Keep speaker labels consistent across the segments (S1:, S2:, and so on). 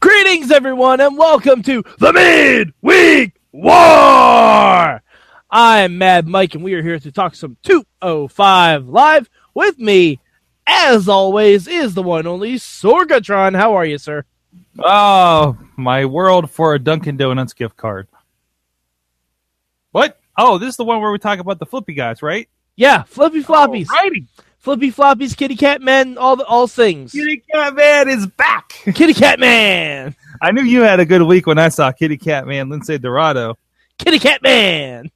S1: Greetings, everyone, and welcome to the Midweek War. I'm Mad Mike, and we are here to talk some 205 live. With me, as always, is the one only Sorgatron. How are you, sir?
S2: Oh, my world for a Dunkin' Donuts gift card. What? Oh, this is the one where we talk about the flippy guys, right?
S1: Yeah, Flippy Floppies,
S2: Alrighty.
S1: Flippy Floppies, Kitty Cat Man, all the all things.
S2: Kitty Cat Man is back.
S1: Kitty Cat Man,
S2: I knew you had a good week when I saw Kitty Cat Man, Lindsay Dorado.
S1: Kitty Cat Man.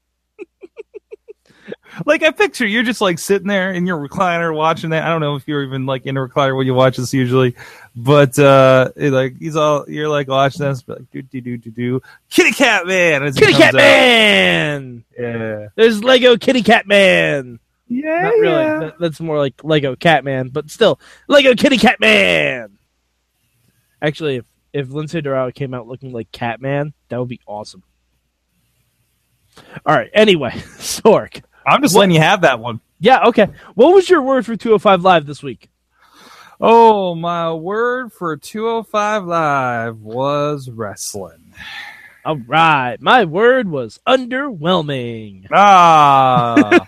S2: Like, I picture you're just like sitting there in your recliner watching that. I don't know if you're even like in a recliner when you watch this usually, but uh, it, like he's all you're like watching this, but like do do do do do Kitty Cat Man. as it
S1: Kitty
S2: comes
S1: Cat
S2: out.
S1: Man.
S2: Yeah.
S1: There's Lego Kitty Cat Man.
S2: Yeah.
S1: Not really.
S2: yeah.
S1: That- that's more like Lego Catman, but still, Lego Kitty Cat Man. Actually, if if Lindsay Dorado came out looking like Catman, that would be awesome. All right. Anyway, Sork.
S2: I'm just letting you have that one.
S1: Yeah. Okay. What was your word for 205 Live this week?
S2: Oh, my word for 205 Live was wrestling.
S1: All right. My word was underwhelming.
S2: Ah,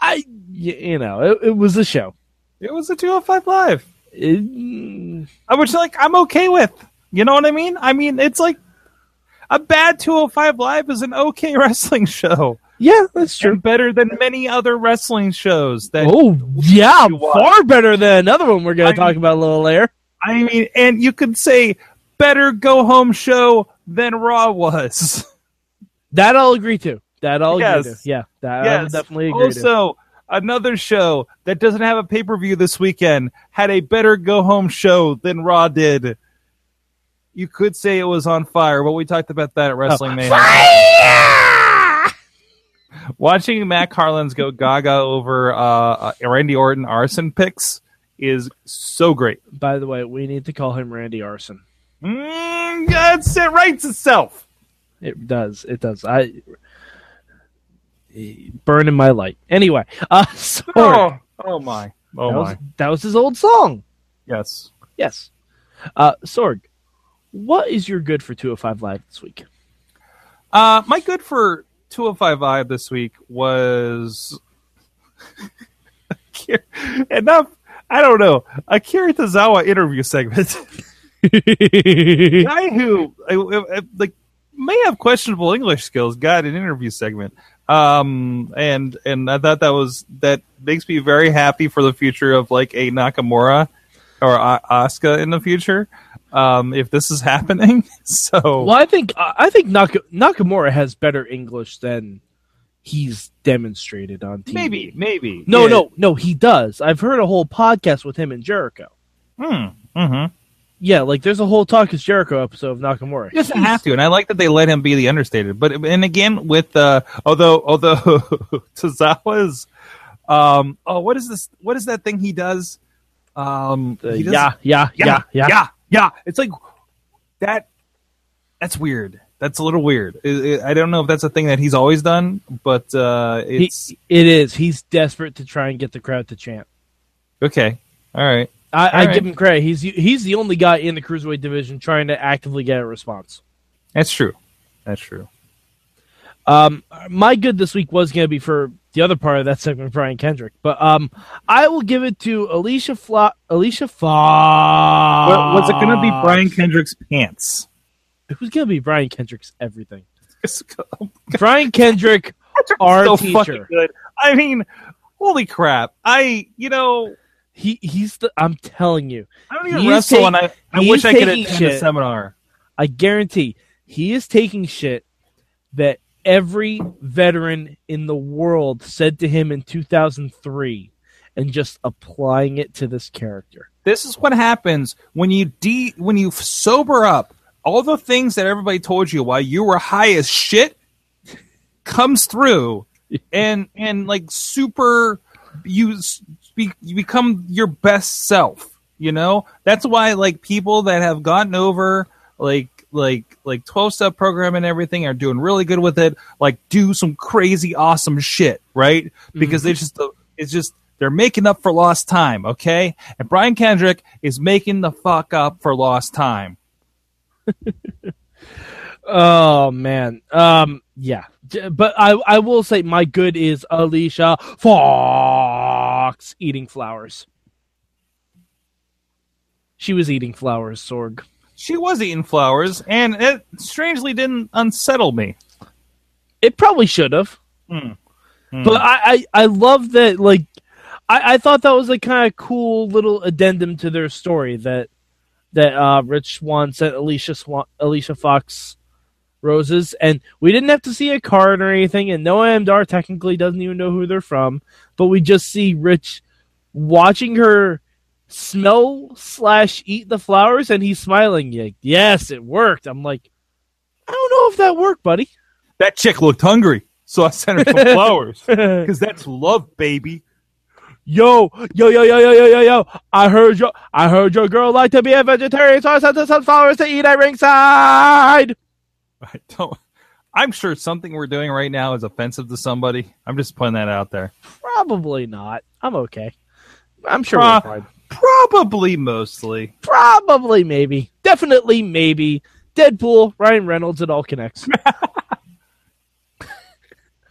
S1: I, y- you know, it, it was a show.
S2: it was a 205 Live,
S1: It-
S2: I which, like, I'm okay with. You know what I mean? I mean, it's like a bad 205 Live is an okay wrestling show.
S1: yeah, that's true.
S2: And better than many other wrestling shows that.
S1: Oh, yeah.
S2: you watch.
S1: Far better than another one we're going
S2: I-
S1: to talk about a little later.
S2: I mean, and you could say better go home show than Raw was.
S1: That I'll agree to. That I'll agree
S2: Yes.
S1: to. Yeah, that I would
S2: Yes.
S1: definitely agree to.
S2: Also, another show that doesn't have a pay per view this weekend had a better go home show than Raw did. You could say it was on fire, but we talked about that at Wrestling Mania. Watching Matt Carlins go gaga over uh, uh, Randy Orton arson picks is so great.
S1: By the way, we need to call him Randy Arson.
S2: Mm, that's it writes itself.
S1: It does. It does. I burn in my light. Anyway, uh, sorry.
S2: Oh, oh my. Oh
S1: that,
S2: my.
S1: was, that was his old song.
S2: yes.
S1: Yes. Uh, Sorg, what is your good for 205 Live this week?
S2: Uh, my good for 205 Live this week was. Akira- Enough. I don't know. Akira Tozawa interview segment. Guy who, I, I- I- like, may have questionable English skills got an interview segment. Um, and, and I thought that was, that makes me very happy for the future of, like, a Nakamura or a- Asuka in the future. Um, if this is happening. So.
S1: well, I think I I think Naka- Nakamura has better English than he's demonstrated on TV.
S2: Maybe, maybe.
S1: No,
S2: Yeah.
S1: no, no, he does. I've heard a whole podcast with him and Jericho.
S2: Hmm. Mm-hmm.
S1: Yeah, like there's a whole Talk is Jericho episode of Nakamura.
S2: He doesn't have to, and I like that they let him be the understated. But and again, with uh, although although Tozawa's, um, oh, what is this? What is that thing he does? Um,
S1: The
S2: he does-
S1: yeah, yeah, yeah, yeah,
S2: yeah, yeah. It's like that. That's weird. That's a little weird. I- I I don't know if that's a thing that he's always done, but uh,
S1: He-
S2: it's
S1: it is. He's desperate to try and get the crowd to chant.
S2: okay. All right.
S1: I, I
S2: All
S1: give
S2: right.
S1: him credit. He's he's the only guy in the cruiserweight division trying to actively get a response.
S2: That's true. That's true.
S1: Um, my good this week was going to be for the other part of that segment, Brian Kendrick, but um, I will give it to Alicia Fla- Alicia Fox.
S2: Wa- was it going to be Brian Kendrick's pants?
S1: It was going to be Brian Kendrick's everything. Brian Kendrick, our
S2: so
S1: teacher.
S2: fucking good. I mean, holy crap! I you know
S1: He he's the. I'm telling you,
S2: I don't even
S1: He's
S2: wrestle,
S1: ta-
S2: and I, I
S1: he's
S2: wish I could
S1: taking
S2: attend
S1: shit.
S2: a seminar.
S1: I guarantee he is taking shit that every veteran in the world said to him in 2003, and just applying it to this character.
S2: This is what happens when you de when you sober up. All the things that everybody told you while you were high as shit comes through, and and like super you s- be, you become your best self. You know that's why like people that have gotten over like like like twelve step program and everything are doing really good with it. Like do some crazy awesome shit, right? Because it's just the it's just They're making up for lost time, okay? And Brian Kendrick is making the fuck up for lost time.
S1: Oh man. Um. Yeah. J- But I I will say my good is Alicia Fox eating flowers. She was eating flowers, Sorg.
S2: She was eating flowers, and it strangely didn't unsettle me.
S1: It probably should have.
S2: Hmm. Hmm.
S1: But I, I, I love that like I, I thought that was a kind of cool little addendum to their story that that uh, Rich Swan sent Alicia Swan, Alicia Fox roses and we didn't have to see a card or anything and Noah M. Dar technically doesn't even know who they're from, but we just see Rich watching her smell slash eat the flowers and he's smiling like, Yes, it worked. I'm like, I don't know if that worked, buddy.
S2: that chick looked hungry, so I sent her some flowers because that's love, baby.
S1: yo, yo, yo, yo, yo, yo, yo, yo. I heard your, I heard your girl like to be a vegetarian, so I sent her sunflowers to eat at ringside.
S2: I don't. I'm sure something we're doing right now is offensive to somebody. I'm just putting that out there.
S1: Probably not. I'm okay. I'm sure.
S2: Pro-
S1: we're fine.
S2: Probably mostly.
S1: Probably, maybe, definitely, maybe. Deadpool, Ryan Reynolds, it all connects.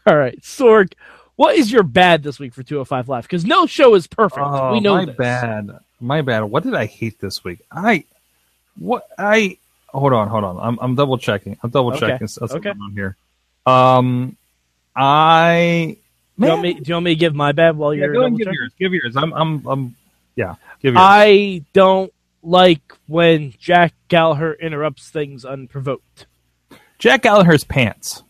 S1: all right, Sorg. What is your bad this week for 205 Live? Because no show is perfect.
S2: Oh,
S1: we know
S2: my
S1: this.
S2: bad. My bad. What did I hate this week? I what I hold on, hold on. I'm I'm double checking. I'm double
S1: Okay.
S2: checking stuff
S1: Okay.
S2: going on here. Um, I
S1: Do you, want
S2: Man.
S1: me, do you want me to give my bad while
S2: yeah,
S1: you're
S2: go and
S1: double
S2: give
S1: checking?
S2: yours. Give yours. I'm I'm I'm yeah. Give yours.
S1: I don't like when Jack Gallagher interrupts things unprovoked.
S2: Jack Gallagher's pants.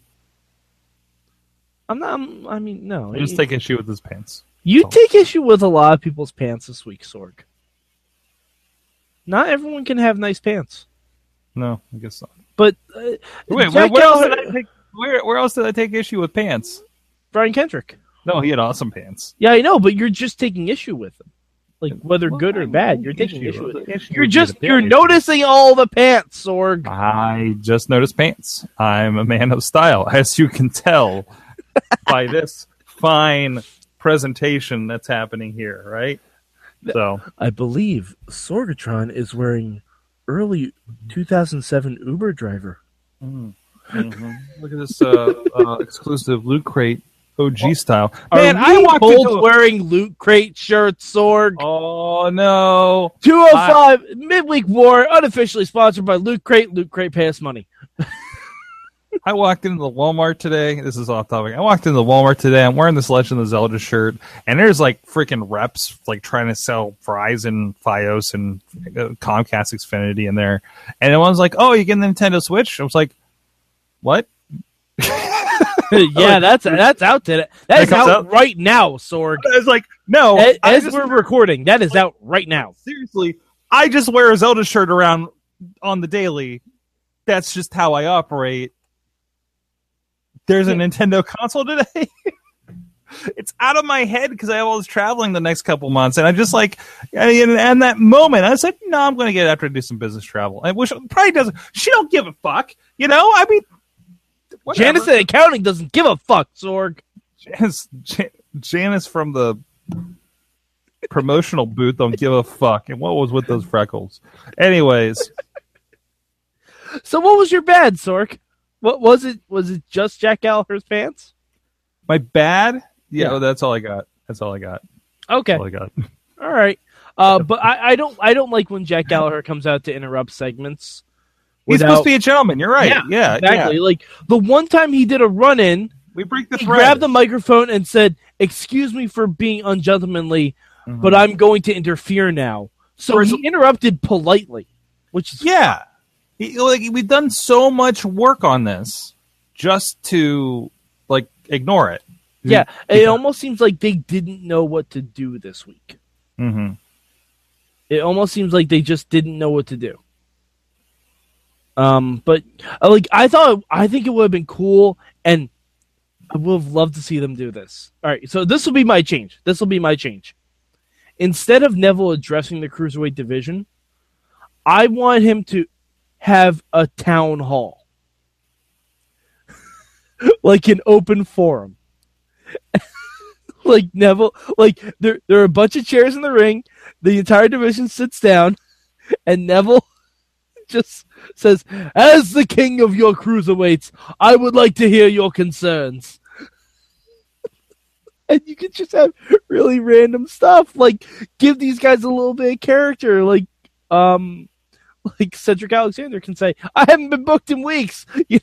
S1: I'm not. I'm, I mean, no.
S2: I'm just
S1: You-
S2: taking issue with his pants.
S1: you take issue with a lot of people's pants this week, Sorg. Not everyone can have nice pants,
S2: No, I guess not.
S1: but uh,
S2: Wait, where,
S1: Jack
S2: where else did
S1: Gallagher-
S2: I take? Where where else did I take issue with pants?
S1: Brian Kendrick.
S2: No, he had awesome pants.
S1: Yeah, I know, but you're just taking issue with them, like whether
S2: Well,
S1: good
S2: I
S1: or bad.
S2: don't
S1: You're
S2: take
S1: taking issue with. It.
S2: The issue Ah.
S1: You're
S2: would be
S1: just
S2: the
S1: you're
S2: pants.
S1: noticing all the pants, Sorg.
S2: I just noticed pants. I'm a man of style, as you can tell by this fine presentation that's happening here, right? So,
S1: I believe Sorgatron is wearing early 2007 Uber driver. Mm-hmm.
S2: mhm. look at this uh, uh, exclusive loot crate OG style.
S1: Oh, Man, I walked both
S2: into a-
S1: wearing loot crate shirts, Sorg.
S2: Oh no!
S1: 205 Midweek War, unofficially sponsored by Loot Crate. Loot Crate, pay us money.
S2: I walked into the Walmart today. This is off topic. I walked into the Walmart today. I'm wearing this Legend of Zelda shirt, and there's like freaking reps like trying to sell Verizon, FiOS, and uh, Comcast Xfinity in there. And the one's like, "Oh, you getting the Nintendo Switch?" I was like, "What?"
S1: yeah,
S2: Oh,
S1: that's that's out today. That
S2: That
S1: is out,
S2: comes
S1: right now, Sorg.
S2: I was like, "No."
S1: As,
S2: I
S1: as
S2: just-
S1: we're recording, that is out right now.
S2: seriously, I just wear a Zelda shirt around on the daily. That's just how I operate. There's a
S1: Yeah.
S2: Nintendo console today. it's out of my head because I have all this traveling the next couple months, and I just like, and, and that moment, I said, "No, I'm going to get it after I do some business travel." I wish probably doesn't. She don't give a fuck, you know. I mean, whatever.
S1: Janice in accounting doesn't give a fuck, Sorg.
S2: Janice, Jan- Janice from the promotional booth don't give a fuck. And what was with those freckles? Anyways,
S1: So, what was your bad, Sorg? What was it? Was it just Jack Gallagher's pants?
S2: my bad. Yeah,
S1: Yeah.
S2: well, that's all I got. That's all I got.
S1: Okay,
S2: That's all I got.
S1: all right. Uh, but I, I don't I don't like when Jack Gallagher comes out to interrupt segments.
S2: He's
S1: without-
S2: supposed to be a gentleman. You're right.
S1: Yeah,
S2: Yeah, yeah.
S1: exactly like the one time he did a run in.
S2: We break the
S1: he
S2: thread.
S1: grabbed the microphone and said, "Excuse me for being ungentlemanly,
S2: Mhm.
S1: but I'm going to interfere now." So
S2: Whereas-
S1: he interrupted politely, which is
S2: yeah, He- like we've done so much work on this just to like ignore it.
S1: yeah. It
S2: Yeah.
S1: almost seems like they didn't know what to do this week.
S2: Mm-hmm.
S1: It almost seems like they just didn't know what to do. Um, but uh, like I thought, I think it would have been cool, and I would have loved to see them do this. All right, so this will be my change. This will be my change. Instead of Neville addressing the cruiserweight division, I want him to have a town hall, like an open forum, like Neville, like there there are a bunch of chairs in the ring. The entire division sits down, and Neville just says, "As the king of your cruiserweights, I would like to hear your concerns." and you can just have really random stuff, like give these guys a little bit of character, like um, like Cedric Alexander can say, "I haven't been booked in weeks," you,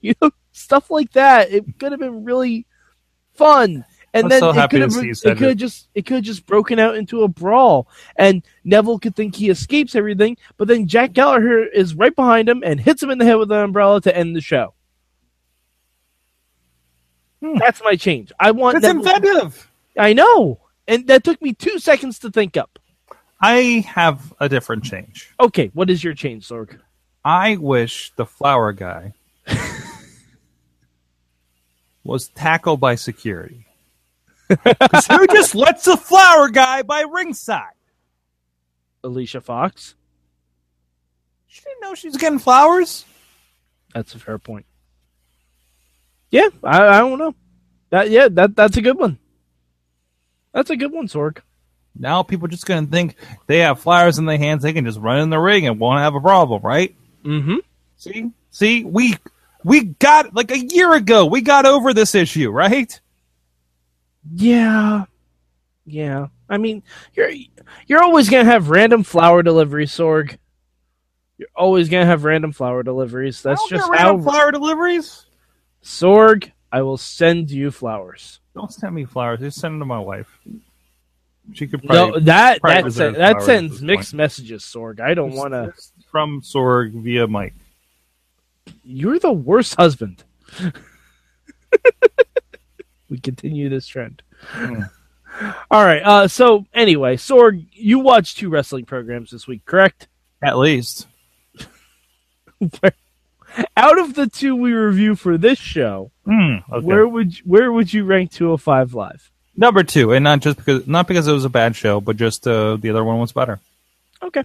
S1: you know, stuff like that. It could have been really fun. And
S2: I'm
S1: then
S2: so
S1: it
S2: happy
S1: could
S2: to
S1: have
S2: see
S1: it
S2: Cedric.
S1: could have just it could have just broken out into a brawl, and Neville could think he escapes everything, but then Jack Gallagher is right behind him and hits him in the head with an umbrella to end the show.
S2: Hmm.
S1: That's my change. I want.
S2: That's
S1: Neville-
S2: inventive.
S1: I know, and that took me two seconds to think up.
S2: I have a different change.
S1: Okay, what is your change, Sorg?
S2: I wish the flower guy was tackled by security. Because who just lets the flower guy by ringside?
S1: Alicia Fox.
S2: She didn't know she was getting flowers.
S1: That's a fair point. Yeah, I, I don't know. That yeah, that that's a good one. That's a good one, Sorg.
S2: Now people just going to think they have flowers in their hands. They can just run in the ring and won't have a problem, right?
S1: Mm-hmm.
S2: See, see, we we got like a year ago. We got over this issue, right?
S1: Yeah. Yeah. I mean, you're you're always gonna have random flower deliveries, Sorg. You're always gonna have random flower deliveries. That's
S2: I don't
S1: just
S2: get
S1: how
S2: random flower deliveries.
S1: Sorg, I will send you flowers.
S2: Don't send me flowers. Just send them to my wife. She could probably.
S1: No, that
S2: probably
S1: that,
S2: deserve
S1: sen- that
S2: flowers at
S1: sends
S2: this
S1: mixed messages, Sorg. I don't
S2: It's-
S1: want to.
S2: it's from Sorg via Mike.
S1: You're the worst husband. we continue this trend.
S2: Hmm.
S1: All right. Uh, so anyway, Sorg, you watched two wrestling programs this week, correct?
S2: At least
S1: Out of the two we review for this show,
S2: Hmm, okay.
S1: where would you, where would you rank 205 Live?
S2: number two, and not just because not because it was a bad show, but just uh, the other one was better.
S1: Uh,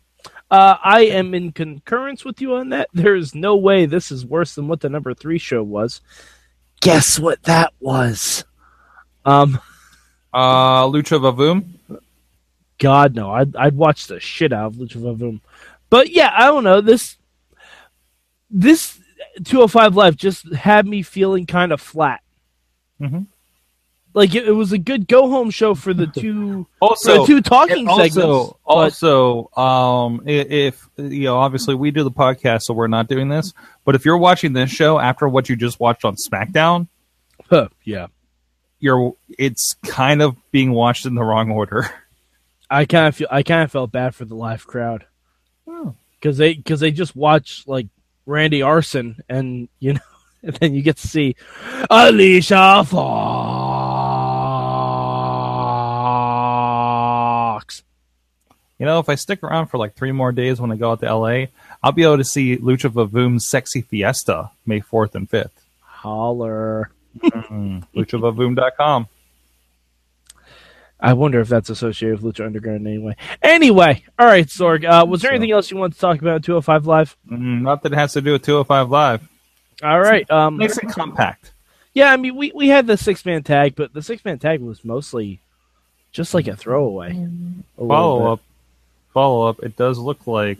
S1: I am in concurrence with you on that. There is no way this is worse than what the number three show was. Guess what that was? Um,
S2: Uh, Lucha Vavoom.
S1: God no, I'd I'd watch the shit out of Lucha Vavoom. But yeah, I don't know this. This 205 Live just had me feeling kind of flat. Mm-hmm.
S2: Mhm.
S1: Like it, it was a good go home show for the two for
S2: Also,
S1: the two talking
S2: And also,
S1: segments. but
S2: also, um, i- if you know, obviously we do the podcast, so we're not doing this. But if you're watching this show after what you just watched on SmackDown,
S1: Huh, yeah,
S2: you're it's kind of being watched in the wrong order.
S1: I kind of feel I kind of felt bad for the live crowd Oh. because they because they just watch like Randy Arson and you know and then you get to see Alicia Fox.
S2: You know, if I stick around for like three more days when I go out to LA, I'll be able to see Lucha Vavoom's Sexy Fiesta May 4th and 5th.
S1: Holler.
S2: Mm. LuchaVavoom.com.
S1: I wonder if that's associated with Lucha Underground anyway. Anyway, all right, Sorg. Uh, was there
S2: So-
S1: anything else you want to talk about? in 205 Live.
S2: Mm, not that it has to do with 205 Live.
S1: All right. Um,
S2: Makes it compact.
S1: yeah, I mean, we, we had the six man tag, but the six man tag was mostly just like a throwaway. a little bit.
S2: follow up follow up it does look like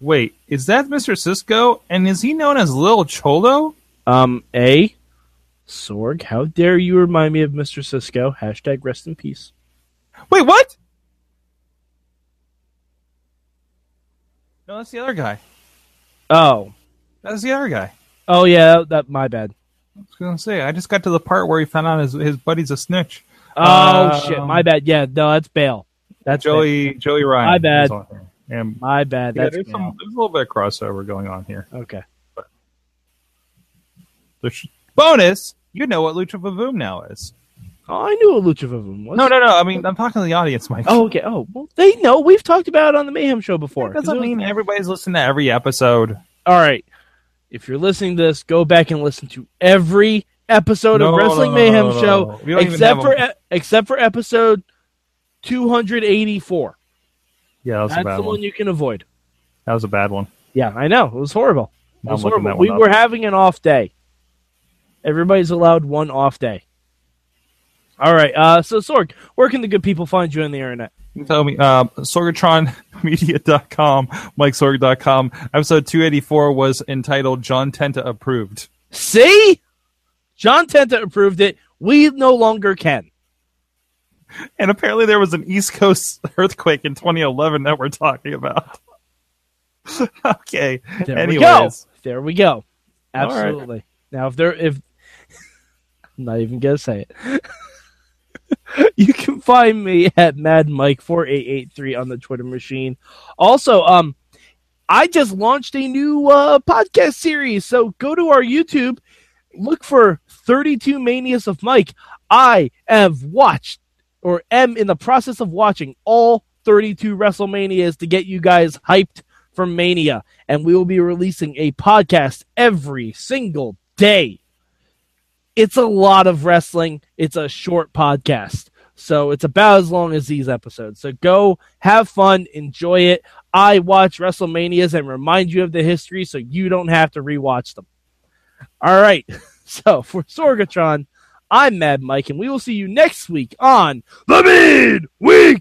S2: wait is that mr cisco and is he known as lil cholo
S1: Um, a Sorg, how dare you remind me of Mr. Cisco? Hashtag rest in peace.
S2: wait what no that's the other guy
S1: Oh,
S2: that's the other guy
S1: oh yeah, that, that my bad.
S2: i was gonna say i just got to the part where he found out his, his buddy's a snitch
S1: Oh
S2: Um,
S1: shit, my bad. Yeah, no, that's Bale. That's Bale.
S2: joey joey ryan
S1: My bad.
S2: is on here. and
S1: My bad.
S2: yeah,
S1: That's
S2: there's,
S1: Bale.
S2: some, there's a little bit of crossover going on here
S1: okay.
S2: there's, bonus you know what lucha vavoom now is
S1: Oh, I knew a Lucha Vivum was.
S2: no no no i mean i'm talking to the audience mike
S1: Oh, okay. Oh, well, they know. We've talked about it on the Mayhem Show before.
S2: That
S1: 'Cause it
S2: doesn't
S1: was-
S2: mean everybody's listening to every episode.
S1: All right. If you're listening to this, go back and listen to every episode
S2: No,
S1: of
S2: no,
S1: Wrestling
S2: no, no,
S1: Mayhem
S2: no, no,
S1: Show,
S2: no. We don't even
S1: except
S2: have
S1: for
S2: them.
S1: e- except for episode 284.
S2: Yeah, that was
S1: That's,
S2: a bad
S1: the
S2: one.
S1: one you can avoid.
S2: That was a bad one.
S1: Yeah, I know. It was horrible. It
S2: I'm
S1: was
S2: looking
S1: horrible.
S2: that
S1: We
S2: one
S1: were
S2: up.
S1: having an off day. Everybody's allowed one off day. All right. Uh, so Sorg, where can the good people find you on the internet?
S2: You can tell me, uh, sorgatronmedia.com, mikesorg.com. Episode 284 was entitled John Tenta Approved.
S1: See, John Tenta approved it. We no longer can.
S2: And apparently there was an East Coast earthquake in 2011 that we're talking about. okay.
S1: There
S2: Anyways.
S1: we go. There we go.
S2: All right.
S1: Absolutely. Now, if there, if I'm not even gonna say it, you can find me at Mad Mike four eight eight three on the Twitter machine. Also, um, I just launched a new uh, podcast series, so go to our YouTube, look for Thirty Two Manias of Mike. I have watched or am in the process of watching all 32 WrestleManias to get you guys hyped for Mania. And we will be releasing a podcast every single day. It's a lot of wrestling, it's a short podcast. So it's about as long as these episodes. So go have fun, enjoy it. I watch WrestleManias and remind you of the history so you don't have to rewatch them. All right. So for Sorgatron, I'm Mad Mike, and we will see you next week on
S3: The Midweek